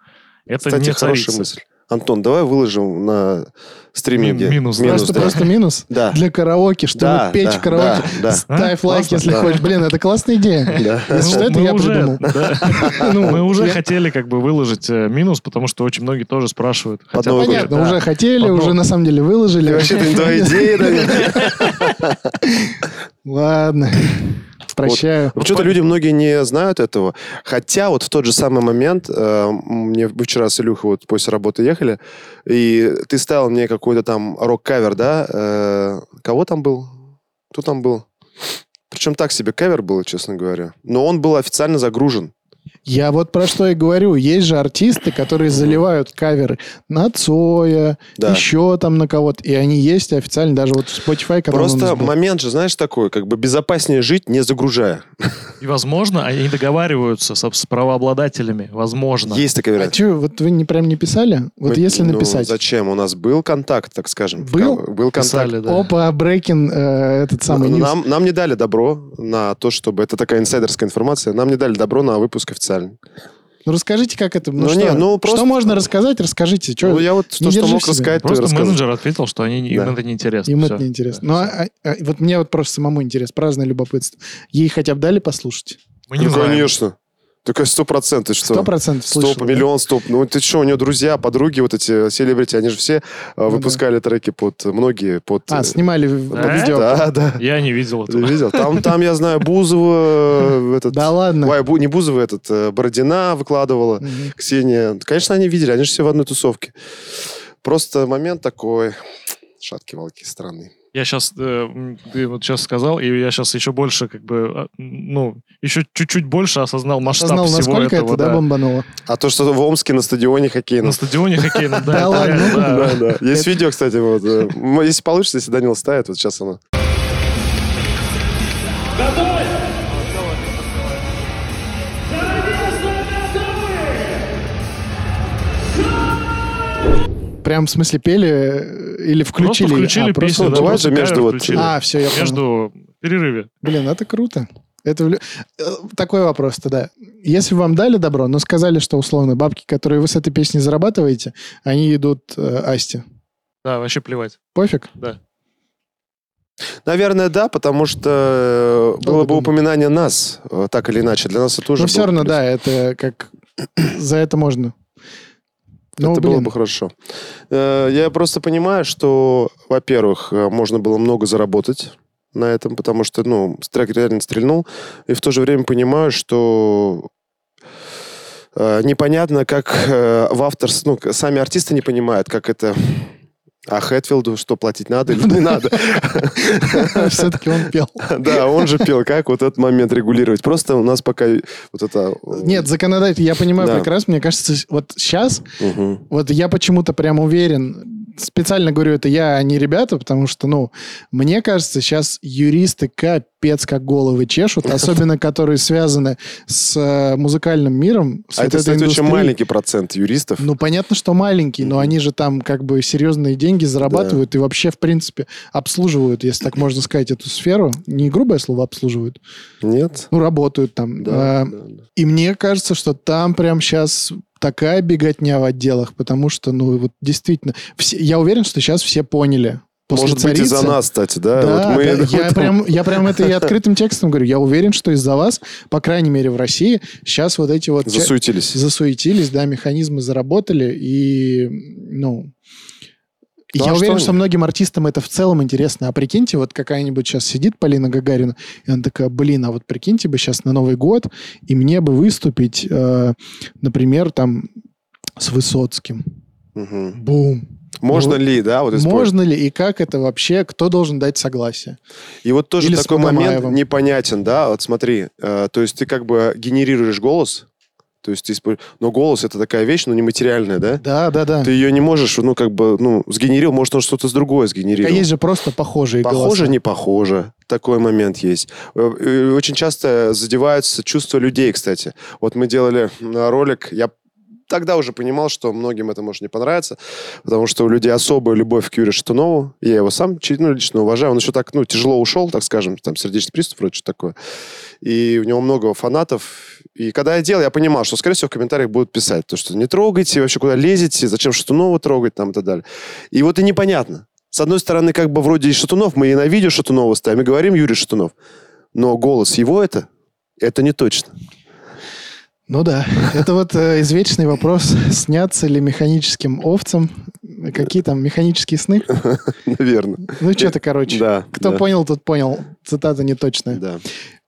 S4: Это
S1: Кстати,
S4: не
S1: хорошая
S4: царица.
S1: мысль. Антон, давай выложим на стриминге.
S4: Мин- минус, да.
S3: просто,
S1: да.
S3: просто минус
S1: Да.
S3: для караоке, чтобы
S1: Да,
S3: петь
S1: да,
S3: караоке.
S1: да, да.
S3: Ставь
S4: А?
S3: лайк,
S4: Классно.
S3: если
S1: Да.
S3: хочешь. Блин, это классная идея.
S1: Да.
S3: Если что, Ну, это
S4: мы
S3: я
S4: уже,
S3: придумал.
S4: да.
S3: Ну,
S4: Мы уже
S3: я-
S4: хотели как бы выложить э, минус, потому что очень многие тоже спрашивают. хотят
S1: Новый год.
S4: тоже,
S3: Понятно,
S4: да.
S3: уже хотели,
S4: Потом-
S3: уже на самом деле выложили.
S1: И вообще, это не твоя идея, да?
S3: Ладно, прощаю.
S1: Почему-то Ну, люди многие не знают этого. Хотя вот в тот же самый момент, э, мне мы вчера с Илюхой вот после работы ехали, и ты ставил мне какой-то там рок-кавер, да? э, Кого там был? Кто там был? Причем так себе кавер был, честно говоря. Но он был официально загружен.
S3: Я вот про что и говорю. Есть же артисты, которые заливают каверы на Цоя,
S1: Да.
S3: еще там на кого-то. И они есть официально даже вот в Spotify. который у нас
S1: Просто
S3: был.
S1: момент же, знаешь, такой, как бы безопаснее жить, не загружая.
S4: И, возможно, они договариваются с, с правообладателями. Возможно.
S1: Есть такая
S3: А
S1: вероятность.
S3: че, вот вы не прям не писали? Вот
S1: Мы-
S3: если
S1: ну,
S3: написать.
S1: зачем? У нас был контакт, так скажем. в
S3: Был?
S1: кав- Был контакт.
S4: Писали, да.
S3: Опа, Брекин, э, этот самый
S1: Н-
S3: ньюс.
S1: Нам, нам не дали добро на то, чтобы... Это такая инсайдерская информация. Нам не дали добро на выпуск официально.
S3: Ну расскажите, как это... Ну,
S1: Ну,
S3: что,
S1: не, ну, просто-
S3: что можно рассказать, расскажите. Че?
S1: Ну, я вот
S3: не
S1: то, что
S3: держи
S1: мог
S3: в себе.
S1: рассказать, то и
S4: Просто
S1: рассказал.
S4: менеджер ответил, что они, им
S1: Да.
S4: это неинтересно.
S3: Им
S4: Всё.
S3: это неинтересно. Ну, а- а- а вот мне вот просто самому интересно, праздное любопытство. Ей хотя бы дали послушать?
S4: Мы не
S1: ну,
S4: знаем.
S1: конечно. Только сто процентов, что?
S3: Сто процентов слышал.
S1: Стоп, миллион, стоп. Ну ты что, у нее друзья, подруги вот эти, селебрити, они же все э,
S3: Ну да.
S1: выпускали треки под... Многие под... э,
S3: А, снимали в-
S4: Да?
S3: под видео.
S1: Да, да.
S4: Я не видел
S1: Ты
S4: этого.
S1: видел? Там, там, я знаю, Бузова, э, этот...
S3: Да ладно.
S1: Ой, Бу- не Бузова, этот, э, Бородина выкладывала,
S3: Мгм.
S1: Ксения. Конечно, они видели, они же все в одной тусовке. Просто момент такой... Шаткие волки страны.
S4: Я сейчас, ты вот сейчас сказал, и я сейчас еще больше, как бы, а, ну, еще чуть-чуть больше осознал масштаб
S3: Осознал,
S4: всего
S3: насколько
S4: этого.
S3: это, да,
S4: да.
S3: бомбануло.
S1: А то, что в Омске на стадионе хоккейном.
S4: На стадионе хоккейном, да.
S3: Да
S4: это
S3: ладно?
S4: реально, Ну, да.
S1: Да, да. Есть видео, кстати, вот. э, м, Если получится, если Данил ставит, вот сейчас оно.
S3: Прям, в смысле, пели э, или включили?
S4: Просто включили
S3: А, просто-
S4: песню. да,
S1: бывает
S4: просто
S1: же между
S4: кавер
S1: вот-
S4: включили.
S3: А, все, я понял.
S4: Между перерыве.
S3: Блин, это круто. Это влю- Э, такой вопрос тогда. Если вам дали добро, но сказали, что условно бабки, которые вы с этой песни зарабатываете, они идут э, Асте.
S4: Да, вообще плевать.
S3: Пофиг?
S1: Наверное, да, потому что э, было бы
S3: думаю.
S1: упоминание нас, э, так или иначе. Для нас это тоже
S3: Но все
S1: был
S3: равно,
S1: плюс.
S3: да, это как... За это можно. Ну,
S1: это было
S3: блин.
S1: бы хорошо. Э, Я просто понимаю, что, во-первых, э, можно было много заработать на этом, потому что, ну, трек реально стрельнул. И в то же время понимаю, что э, непонятно, как э, в автор... Ну, к- сами артисты не понимают, как это... А Хэтфилду что, платить надо или не надо?
S3: Все-таки он пел.
S1: Да, он же пел. Как вот этот момент регулировать? Просто у нас пока вот это... э,
S3: Нет, законодатель, я понимаю
S1: Да.
S3: прекрасно. Мне кажется, с- вот сейчас,
S1: мгм.
S3: вот я почему-то прям уверен, специально говорю это я, а не ребята, потому что, ну, мне кажется, сейчас юристы капец как головы чешут, особенно которые связаны с э, музыкальным миром. с
S1: А это,
S3: вот этой
S1: кстати, очень
S3: индустрией.
S1: маленький процент юристов.
S3: Ну, понятно, что маленький, но
S1: Мгм.
S3: они же там как бы серьезные деньги зарабатывают и вообще, в принципе, обслуживают, если так можно сказать, эту сферу. Не грубое слово обслуживают,
S1: Нет?
S3: ну, работают там.
S1: Да,
S3: Э,
S1: да, да.
S3: и мне кажется, что там прям сейчас такая беготня в отделах, потому что, ну, вот действительно, все- я уверен, что сейчас все поняли. После
S1: Может быть,
S3: «Царицы».
S1: из-за нас, кстати, да?
S3: Да,
S1: Вот мы-
S3: да,
S1: вот
S3: я,
S1: там-
S3: прям, я прям это и открытым текстом говорю. Я уверен, что из-за вас, по крайней мере, в России, сейчас вот эти вот... те-
S1: Засуетились.
S3: засуетились, да, механизмы заработали, и, ну...
S1: Ну,
S3: я
S1: а что
S3: уверен,
S1: они?
S3: что, многим артистам это в целом интересно. А прикиньте, вот какая-нибудь сейчас сидит Полина Гагарина, и она такая, блин, а вот прикиньте бы сейчас на Новый год, и мне бы выступить, э, например, там с Высоцким.
S1: Мгм.
S3: Бум.
S1: Можно
S3: Ну,
S1: ли, да, вот использовать?
S3: Можно ли и как это вообще, кто должен дать согласие?
S1: И вот тоже
S3: Или с
S1: такой момент
S3: Магомаевым.
S1: непонятен, да, вот смотри, э, то есть ты как бы генерируешь голос, то есть ты использ- но голос это такая вещь, но нематериальная, да?
S3: Да, да, да.
S1: Ты ее не можешь, ну, как бы, ну, сгенерил, может, он что-то с другое
S3: А
S1: сгенерировал.
S3: есть же просто похожие
S1: Похоже,
S3: голоса.
S1: не похоже. Такой момент есть. Э, э, Очень часто задеваются чувства людей, кстати. Вот мы делали э, ролик, я тогда уже понимал, что многим это может не понравиться, потому что у людей особая любовь к Юрию Шатунову. Я его сам чи- ну, лично уважаю. Он еще так, ну, тяжело ушел, так скажем, там, сердечный приступ, вроде что такое. И у него много фанатов. И когда я делал, я понимал, что, скорее всего, в комментариях будут писать, то, что не трогайте, вообще куда лезете, зачем Шатунова трогать, там, и так далее. И вот и непонятно. С одной стороны, как бы вроде и Шатунов, мы и на видео Шатунова ставим, и говорим Юрий Шатунов. Но голос его это, это не точно.
S3: Ну да, это вот э, извечный вопрос, снятся ли механическим овцам какие там механические сны.
S1: Наверное.
S3: Ну что-то, короче.
S1: Да.
S3: Кто
S1: да,
S3: понял, тот понял. Цитата неточная.
S1: Да.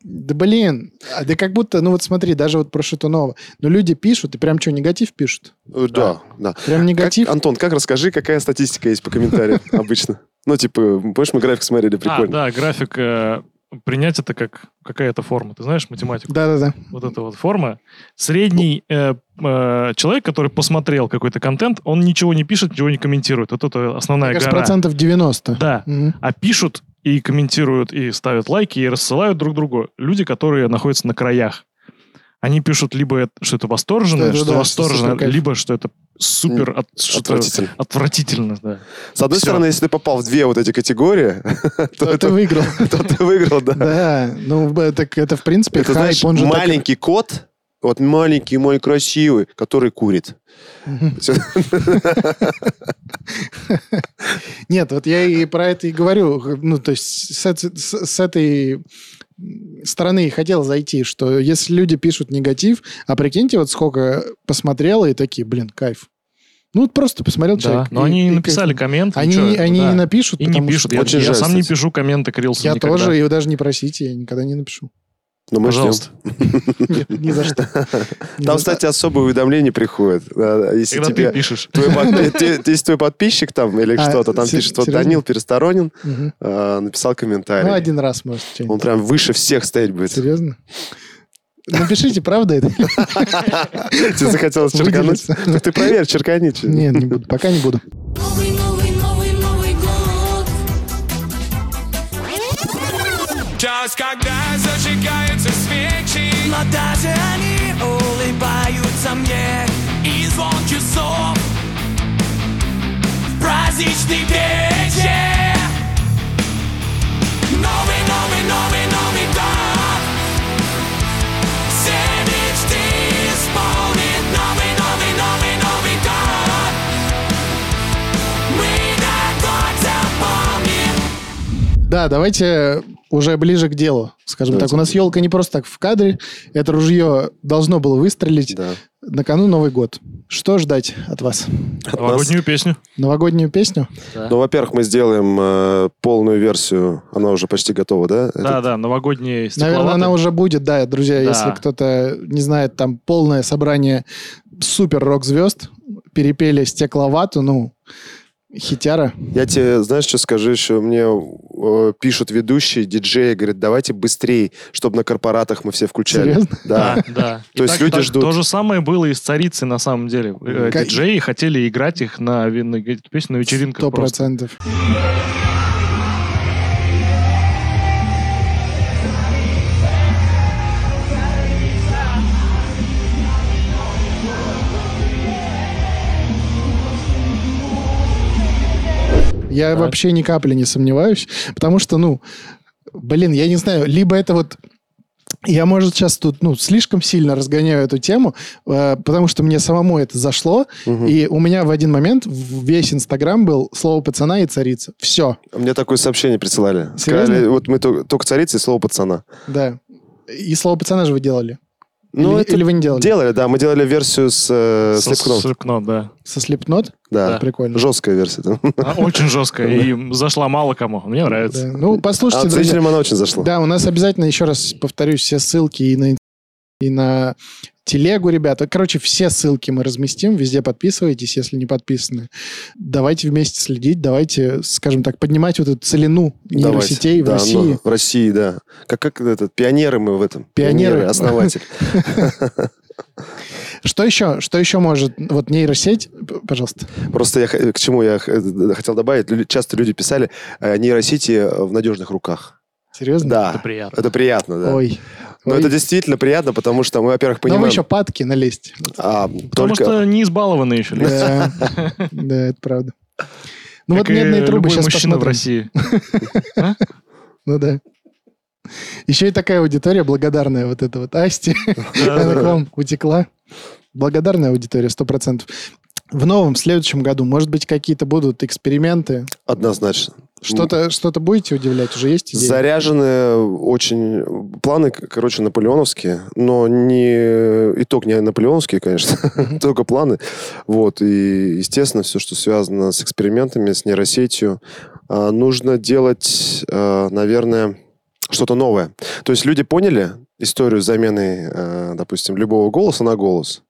S3: Да блин, а да как будто, ну вот смотри, даже вот про Шатунова. Ну люди пишут, и прям что, негатив пишут?
S1: Э,
S3: А,
S1: Да, да.
S3: Прям
S1: Как-
S3: негатив?
S1: Антон, как расскажи, какая статистика есть по комментариям обычно? Ну, типа, помнишь, мы график смотрели,
S4: А,
S1: прикольно.
S4: да, график э, принять это как какая-то форма. Ты знаешь математику?
S3: Да-да-да.
S4: Вот эта вот форма. Средний э, э, человек, который посмотрел какой-то контент, он ничего не пишет, ничего не комментирует. Вот это основная
S3: Мне кажется,
S4: гора.
S3: процентов 90.
S4: Да.
S3: Мгм.
S4: А пишут и комментируют, и ставят лайки, и рассылают друг другу люди, которые находятся на краях. Они пишут либо, это- что это восторженно,
S3: Да-да-да,
S4: что
S3: что
S4: восторженно,
S3: супер кайф.
S4: либо что это супер от- что-то
S1: Отвратительно.
S4: отвратительно. да.
S1: С одной
S4: всё.
S1: стороны, если ты попал в две вот эти категории, то
S3: То ты
S1: это-
S3: выиграл.
S1: то ты выиграл, да.
S3: Да, ну б- так это в принципе
S1: Это,
S3: хайп,
S1: знаешь,
S3: он же так-
S1: маленький кот, вот маленький мой красивый, который курит.
S3: Мгм.
S1: Всё.
S3: Нет, вот я и про это и говорю. Ну, то есть с, эт- с- с этой стороны и хотел зайти, что если люди пишут негатив, а прикиньте, вот сколько посмотрело и такие, блин, кайф. Ну, вот просто посмотрел
S4: Да,
S3: человек.
S4: Но
S3: и-
S4: они
S3: и
S4: не
S3: кайф.
S4: написали коммент.
S3: Они,
S4: ничего,
S3: они
S4: да.
S3: не напишут,
S4: И не
S3: потому
S4: пишут.
S3: что
S4: Я,
S1: Очень
S4: я
S1: жаль,
S4: сам не
S1: кстати.
S4: пишу комменты к рилсам
S3: я
S4: никогда.
S3: тоже, и даже не просите, я никогда не напишу.
S1: Но мы ждем.
S4: Пожалуйста.
S3: Нет, Ни за что. Ни
S1: Там,
S3: за что.
S1: кстати, особые уведомления приходят. Э, Если
S4: Когда ты
S1: тебе...
S4: пишешь.
S1: твой под- те- Если твой подписчик там или
S3: А,
S1: что-то, там
S3: се-
S1: пишет, вот
S3: серьезно?
S1: Данил Пересторонин
S3: Мгм.
S1: э, написал
S3: Ну,
S1: комментарий.
S3: один раз, может, что-нибудь.
S1: Он прям выше всех стоять будет.
S3: Серьезно? Напишите, правда это?
S1: Тебе захотелось черкануть?
S3: Выделиться.
S1: Ну ты проверь, черкани. че.
S3: Нет, не буду. Пока не буду.
S6: Новый, новый, новый, новый год.
S5: Час, когда зажигаются свечи Но даже они улыбаются мне И звон часов в Праздничный вечер Новый, новый, новый, новый год Все мечты исполнит Новый, новый, новый, новый год Мы на год запомним
S3: Да, давайте уже ближе к делу. Скажем
S1: Давайте.
S3: так, у нас елка не просто так в кадре. Это ружье должно было выстрелить
S1: Да.
S3: на кону Новый год. Что ждать от вас?
S4: Новогоднюю песню.
S3: Новогоднюю песню?
S1: Ну, во-первых, мы сделаем э, полную версию. Она уже почти готова, да?
S4: Да, да, новогодние
S3: Наверное, она уже будет, да, друзья,
S4: Да.
S3: если кто-то не знает, там полное собрание супер рок-звезд. Перепели стекловату, ну, хитяра.
S1: Я тебе, знаешь, что скажу еще? Мне э, пишут ведущие, диджеи, говорят, давайте быстрее, чтобы на корпоратах мы все включали.
S3: Серьезно?
S1: Да.
S4: да.
S1: То есть люди ждут.
S4: То же самое было и с царицей, на самом деле. Э,
S3: Ка-
S4: Диджеи хотели играть их на ви- на г- эту песню на вечеринках
S3: Сто
S4: просто.
S3: процентов. Я вообще ни капли не сомневаюсь, потому что, ну, блин, я не знаю, либо это вот я, может, сейчас тут ну, слишком сильно разгоняю эту тему, э, потому что мне самому это зашло. И у меня в один момент в- весь Инстаграм был слово пацана и царица. Все,
S1: А Мне такое сообщение присылали.
S3: Серьезно?
S1: Сказали, вот мы то- только царица и слово пацана.
S3: да. И слово пацана же вы делали.
S1: Ну,
S3: или,
S1: это
S3: или вы не делали?
S1: Делали, да. Мы делали версию с э,
S4: С-
S1: Slipknot.
S4: с Slipknot, да.
S3: Со слепнот?
S1: Да.
S3: Прикольно.
S1: Жесткая версия. да.
S3: Ну,
S4: А, Очень жестко. И зашла мало кому. Мне
S3: Да.
S4: нравится.
S3: Ну,
S1: А
S3: послушайте, друзья.
S1: зрителям она очень зашла.
S3: Да, у нас обязательно, еще раз повторюсь, все ссылки и на, ин- и на телегу, ребята. Короче, все ссылки мы разместим, везде подписывайтесь, если не подписаны. Давайте вместе следить, давайте, скажем так, поднимать вот эту целину
S1: Давайте.
S3: нейросетей в
S1: Да,
S3: России.
S1: ну, в России, да. Как, как этот, пионеры мы в этом.
S3: Пионеры.
S1: основатель.
S3: Что еще? Что еще может? Вот нейросеть, п- пожалуйста.
S1: Просто я х- к чему я х- э, хотел добавить. Лю- Часто люди писали э, нейросети в надежных руках.
S3: Серьезно?
S1: Да.
S4: Это приятно.
S1: Это приятно, да.
S3: Ой,
S1: Но
S4: Ну,
S3: Ой.
S4: типа
S1: это действительно приятно, потому что мы, во-первых,
S3: Но
S1: понимаем...
S3: вы еще падки на лесть.
S1: а,
S4: Потому
S1: только-
S4: что не избалованы еще. люди.
S3: Да, Да, это правда. Ну вот
S4: Как и
S3: медные трубы
S4: любой
S3: сейчас
S4: мужчина в
S3: посмотрим.
S4: России.
S3: Ну да. Еще и такая аудитория благодарная вот эта вот Асти. Она к вам утекла. Благодарная аудитория, сто процентов. В новом, следующем году, может быть, какие-то будут эксперименты?
S1: Однозначно.
S3: Что-то что будете удивлять? Уже есть идеи?
S1: Заряжены очень планы, к- короче, наполеоновские, но не итог не наполеоновские, конечно, только планы. Вот и естественно все, что связано с экспериментами, с нейросетью, а, нужно делать, а, наверное, что-то новое. То есть люди поняли историю замены, а, допустим, любого голоса на голос.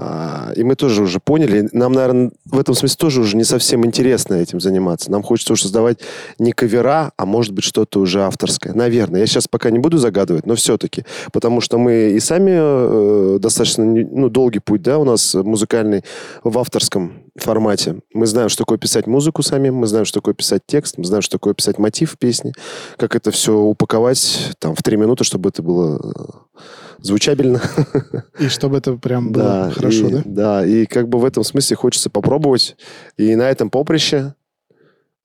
S1: А, И мы тоже уже поняли. Нам, наверное, в этом смысле тоже уже не совсем интересно этим заниматься. Нам хочется уже создавать не кавера, а может быть что-то уже авторское. Наверное. Я сейчас пока не буду загадывать, но все-таки. Потому что мы и сами э, достаточно не- ну, долгий путь, да, у нас э, музыкальный в авторском формате. Мы знаем, что такое писать музыку сами, мы знаем, что такое писать текст, мы знаем, что такое писать мотив песни, как это все упаковать там в три минуты, чтобы это было э, звучабельно.
S3: И чтобы это прям было хорошо,
S1: и,
S3: да?
S1: и как бы в этом смысле хочется попробовать. И на этом поприще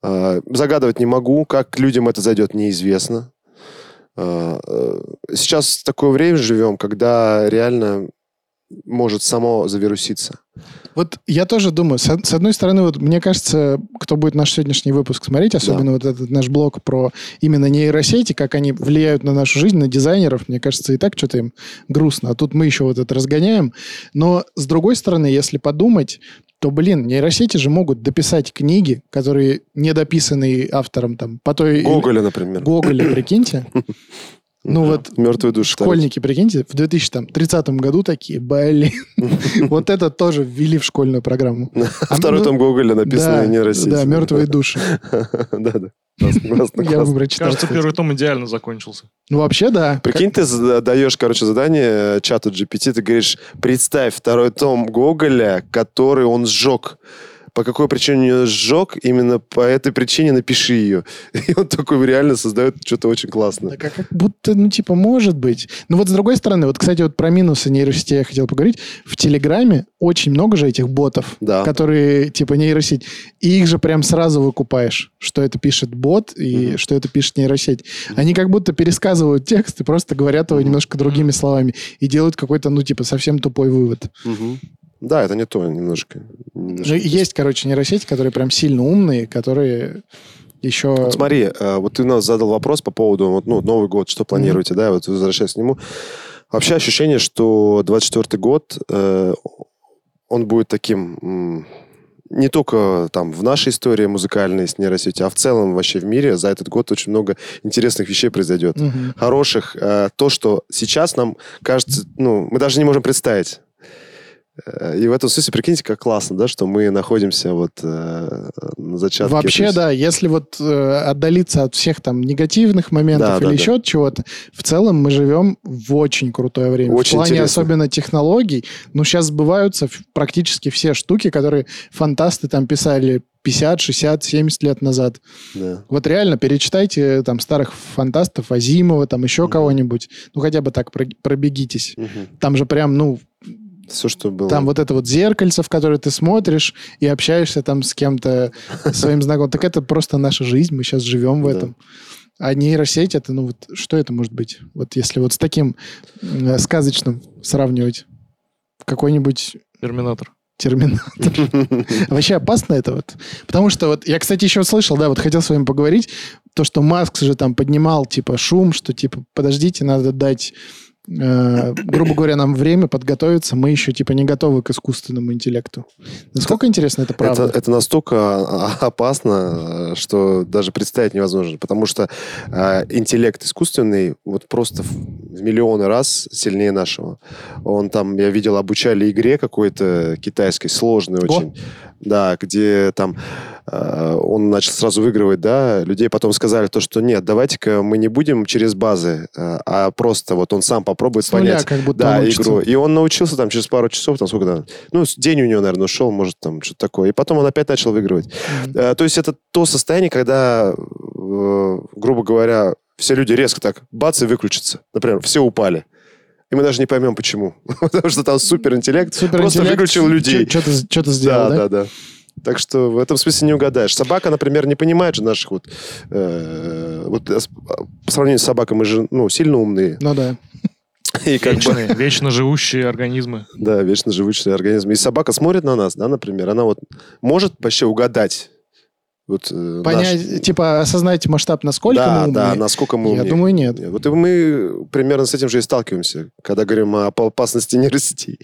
S1: э, загадывать не могу, как людям это зайдет, неизвестно. Э, э, сейчас в такое время живем, когда реально может само завируситься.
S3: Вот я тоже думаю, с, од- с одной стороны, вот мне кажется, кто будет наш сегодняшний выпуск смотреть, особенно вот этот наш блог про именно нейросети, как они влияют на нашу жизнь, на дизайнеров, мне кажется, и так что-то им грустно. А тут мы еще вот это разгоняем. Но с другой стороны, если подумать, то, блин, нейросети же могут дописать книги, которые не дописаны автором там по той... или-
S1: Гоголя, например.
S3: Гоголя, прикиньте. Ну вот
S1: Мертвые души.
S3: Школьники, прикиньте, в 2030 году такие, блин, вот это тоже ввели в школьную программу.
S1: второй. Второй
S3: ну,
S1: том Гоголя написано
S3: Да,
S1: не Россия.
S3: Да, «Мертвые души».
S1: Да, да. Классно, классно,
S3: Я бы
S1: классно.
S3: прочитал.
S4: Кажется,
S3: кстати.
S4: первый том идеально закончился.
S3: Ну, вообще, да.
S1: Прикинь, ты зада- даешь, короче, задание э, чату GPT, ты говоришь, представь второй том Гоголя, который он сжег. По какой причине он ее сжег, именно по этой причине напиши ее. И он такой реально создает что-то очень классное.
S3: Так, а как будто, ну, типа, может быть. Ну, вот с другой стороны, вот, кстати, вот про минусы нейросетей я хотел поговорить. В Телеграме очень много же этих ботов,
S1: Да.
S3: которые, типа, нейросеть. И их же прям сразу выкупаешь, что это пишет бот и
S1: Мгм.
S3: что это пишет нейросеть. Они как будто пересказывают текст и просто говорят его
S1: Мгм.
S3: немножко другими словами. И делают какой-то, ну, типа, совсем тупой вывод.
S1: Мгм. Да, это не то немножко.
S3: Ну,
S1: Немножко.
S3: есть, короче, нейросети, которые прям сильно умные, которые еще...
S1: Вот смотри, э, вот ты нас задал вопрос по поводу вот, ну, Новый год, что планируете, да, вот возвращаясь к нему. Вообще ощущение, что 24 год, э, он будет таким м, не только там в нашей истории музыкальной с нейросетью, а в целом вообще в мире за этот год очень много интересных вещей произойдет.
S3: Мгм.
S1: Хороших. э, то, что сейчас нам кажется, ну, мы даже не можем представить. Э, И в этом смысле, прикиньте, как классно, да, что мы находимся вот э, на зачатке.
S3: Вообще,
S1: этой
S3: да, если вот э, отдалиться от всех там негативных моментов
S1: Да,
S3: или
S1: да, да.
S3: еще от чего-то, в целом мы живем в очень крутое время. в
S1: Очень
S3: плане
S1: интересно.
S3: особенно технологий. Ну, сейчас сбываются ф- практически все штуки, которые фантасты там писали 50, 60, 70 лет назад.
S1: да.
S3: Вот реально, перечитайте э, там старых фантастов, Азимова, там еще
S1: Мгм.
S3: кого-нибудь. Ну, хотя бы так про- пробегитесь.
S1: Мгм.
S3: Там же прям, ну,
S1: Все, что было.
S3: Там вот это вот зеркальце, в которое ты смотришь и общаешься там с кем-то, с своим знакомым. Так это просто наша жизнь, мы сейчас живем в
S1: Да.
S3: этом. А нейросеть, это, ну вот, что это может быть? Вот если вот с таким э, сказочным сравнивать какой-нибудь
S4: Терминатор.
S3: терминатор. А Вообще опасно это вот? Потому что вот, я, кстати, еще слышал, да, вот хотел с вами поговорить, то, что Маск же там поднимал, типа, шум, что, типа, подождите, надо дать, э, грубо говоря, нам время подготовиться, мы еще, типа, не готовы к искусственному интеллекту. Насколько интересно это правда?
S1: это, это настолько а, а, опасно, э, что даже представить невозможно, потому что э, интеллект искусственный вот просто в в миллионы раз сильнее нашего. Он там, я видел, обучали игре какой-то китайской, сложной
S3: Го?
S1: очень. Да, где там э, он начал сразу выигрывать, да, людей потом сказали то, что нет, давайте-ка мы не будем через базы, э, а просто вот он сам попробует
S3: С нуля
S1: понять.
S3: как будто
S1: Да,
S3: он учится.
S1: игру. И он научился там через пару часов, там сколько там, ну, с- день у него, наверное, ушел, может, там что-то такое. И потом он опять начал выигрывать.
S3: Мгм.
S1: Э, то есть это то состояние, когда, э, грубо говоря, все люди резко так бац и выключатся. Например, все упали. И мы даже не поймем, почему. Потому что там суперинтеллект просто выключил людей.
S3: Что-то
S1: Да,
S3: сделал, да?
S1: да, да. Так что в этом смысле не угадаешь. Собака, например, не понимает же наших вот... э, вот э, с- по сравнению с собакой мы же, ну, сильно умные.
S3: Ну да.
S1: И как бы...
S4: Вечные, вечно живущие организмы.
S1: Да, вечно живущие организмы. И собака смотрит на нас, да, например, она вот может вообще угадать вот э,
S3: Понять,
S1: наш-
S3: типа осознать масштаб, насколько мы
S1: да,
S3: умные.
S1: да, насколько мы
S3: Я
S1: умнее.
S3: думаю, нет.
S1: Вот и мы примерно с этим же и сталкиваемся, когда говорим о по- опасности нейросетей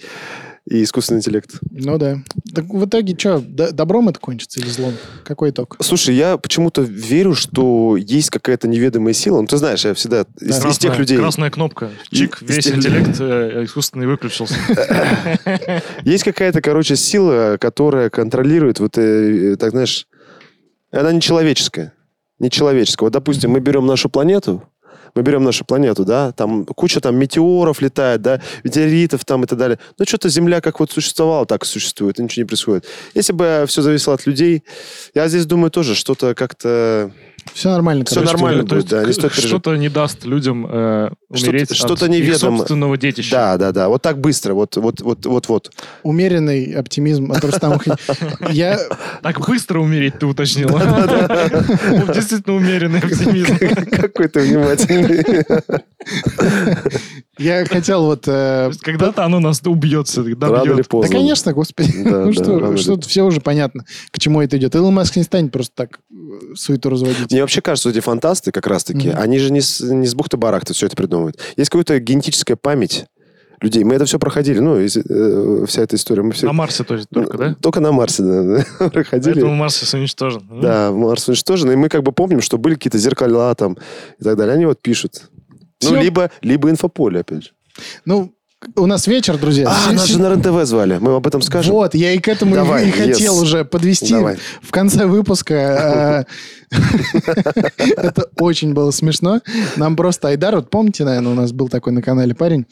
S1: и искусственный интеллект.
S3: Ну да. Так в итоге что, добром это кончится или злом? Какой итог?
S1: Слушай, я почему-то верю, что есть какая-то неведомая сила. Ну, ты знаешь, я всегда из, из
S4: Красная-
S1: тех людей...
S4: Красная кнопка. Чик,
S1: И- из
S4: весь
S1: тех-
S4: интеллект э, искусственный выключился.
S1: Есть какая-то, короче, сила, которая контролирует вот, э, э, так знаешь, она не человеческая. Не человеческая. Вот, допустим, мы берем нашу планету, мы берем нашу планету, да, там куча там метеоров летает, да, метеоритов там и так далее. Ну, что-то Земля как вот существовала, так и существует, и ничего не происходит. Если бы все зависело от людей, я здесь думаю тоже что-то как-то...
S3: Все нормально,
S1: Всё
S3: короче.
S1: нормально
S4: То есть
S1: будет, да, не стоит
S4: к- Что-то не даст людям э,
S1: Что-то-
S4: умереть
S1: что-то
S4: от их
S1: неведомо.
S4: собственного детища.
S1: Да, да, да, вот так быстро, вот, вот, вот, вот, вот.
S3: Умеренный оптимизм от Рустама Хи- Я
S4: Так быстро умереть, ты уточнил. Он Действительно умеренный оптимизм.
S1: Какой ты внимательный.
S3: я хотел вот...
S4: То
S3: э,
S4: есть Когда-то оно нас убьется.
S1: Рано или
S4: добьет.
S3: Да,
S1: поздно.
S3: конечно, господи.
S1: Да, да,
S3: Ну
S1: рано
S3: что,
S1: или
S3: что все уже понятно, к чему это идет. Илон Маск не станет просто так э, суету разводить.
S1: Мне вообще кажется, эти фантасты как раз-таки,
S3: Мгм.
S1: они же не с, не с бухты-барахты все это придумывают. Есть какая-то генетическая память людей. Мы это все проходили, ну, из- э, вся эта история. Мы все...
S4: На Марсе то есть только, да?
S1: Только на Марсе, да, да, проходили.
S4: Поэтому Марс сейчас уничтожен. М.
S1: Да, Марс ну уничтожен, и мы как бы помним, что были какие-то зеркала там и так далее. Они вот пишут.
S3: Всё.
S1: Ну, либо, либо инфополе, опять же.
S3: Ну, у нас вечер, друзья.
S1: А,
S3: Все-
S1: нас
S3: все-
S1: же на РЕН-ТВ звали. Мы об этом скажем?
S3: Вот, я и к этому и-
S1: Давай,
S3: и хотел
S1: yes.
S3: уже подвести
S1: Давай.
S3: в конце выпуска. э, Это очень было смешно. Нам просто Айдар, вот помните, наверное, у нас был такой на канале парень,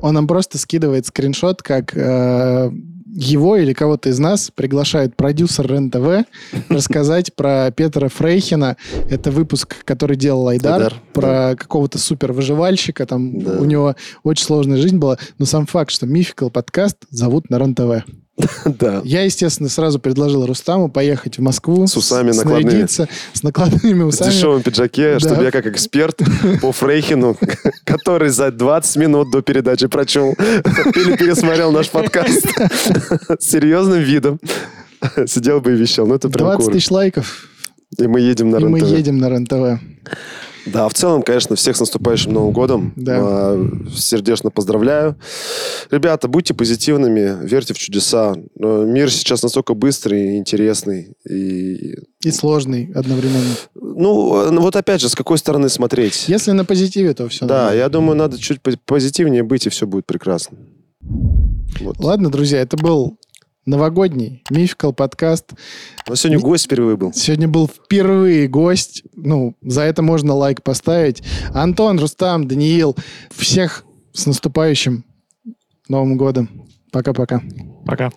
S3: он нам просто скидывает скриншот, как э, его или кого-то из нас приглашает продюсер РЕН-ТВ рассказать про Петра Фрейхина. Это выпуск, который делал Айдар,
S1: Айдар,
S3: про какого-то супервыживальщика. Там
S1: Да.
S3: у него очень сложная жизнь была. Но сам факт, что Мификал подкаст зовут на РЕН-ТВ.
S1: Да.
S3: Я, естественно, сразу предложил Рустаму поехать в Москву.
S1: С усами
S3: снарядиться, С накладными
S1: В
S3: усами.
S1: дешевом пиджаке,
S3: Да.
S1: чтобы я как эксперт по Фрейхину, который за 20 минут до передачи прочел или пересмотрел наш подкаст с серьезным видом, сидел бы и вещал. Ну, это прям
S3: 20
S1: круто.
S3: тысяч лайков,
S1: И мы едем на
S3: и мы
S1: РЕН-ТВ.
S3: едем на РЕН-ТВ.
S1: Да, в целом, конечно, всех с наступающим Новым годом.
S3: Да.
S1: А, Сердечно поздравляю. Ребята, будьте позитивными, верьте в чудеса. Э, Мир сейчас настолько быстрый и интересный. И...
S3: И сложный одновременно.
S1: Ну, э, ну, вот опять же, с какой стороны смотреть?
S3: Если на позитиве, то все.
S1: Да, я думаю, надо чуть пози- позитивнее быть, и все будет прекрасно. Вот.
S3: Ладно, друзья, это был новогодний мификал подкаст.
S1: Но сегодня гость впервые был.
S3: Сегодня был впервые гость. Ну, за это можно лайк поставить. Антон, Рустам, Даниил, всех с наступающим Новым годом. Пока-пока.
S4: Пока.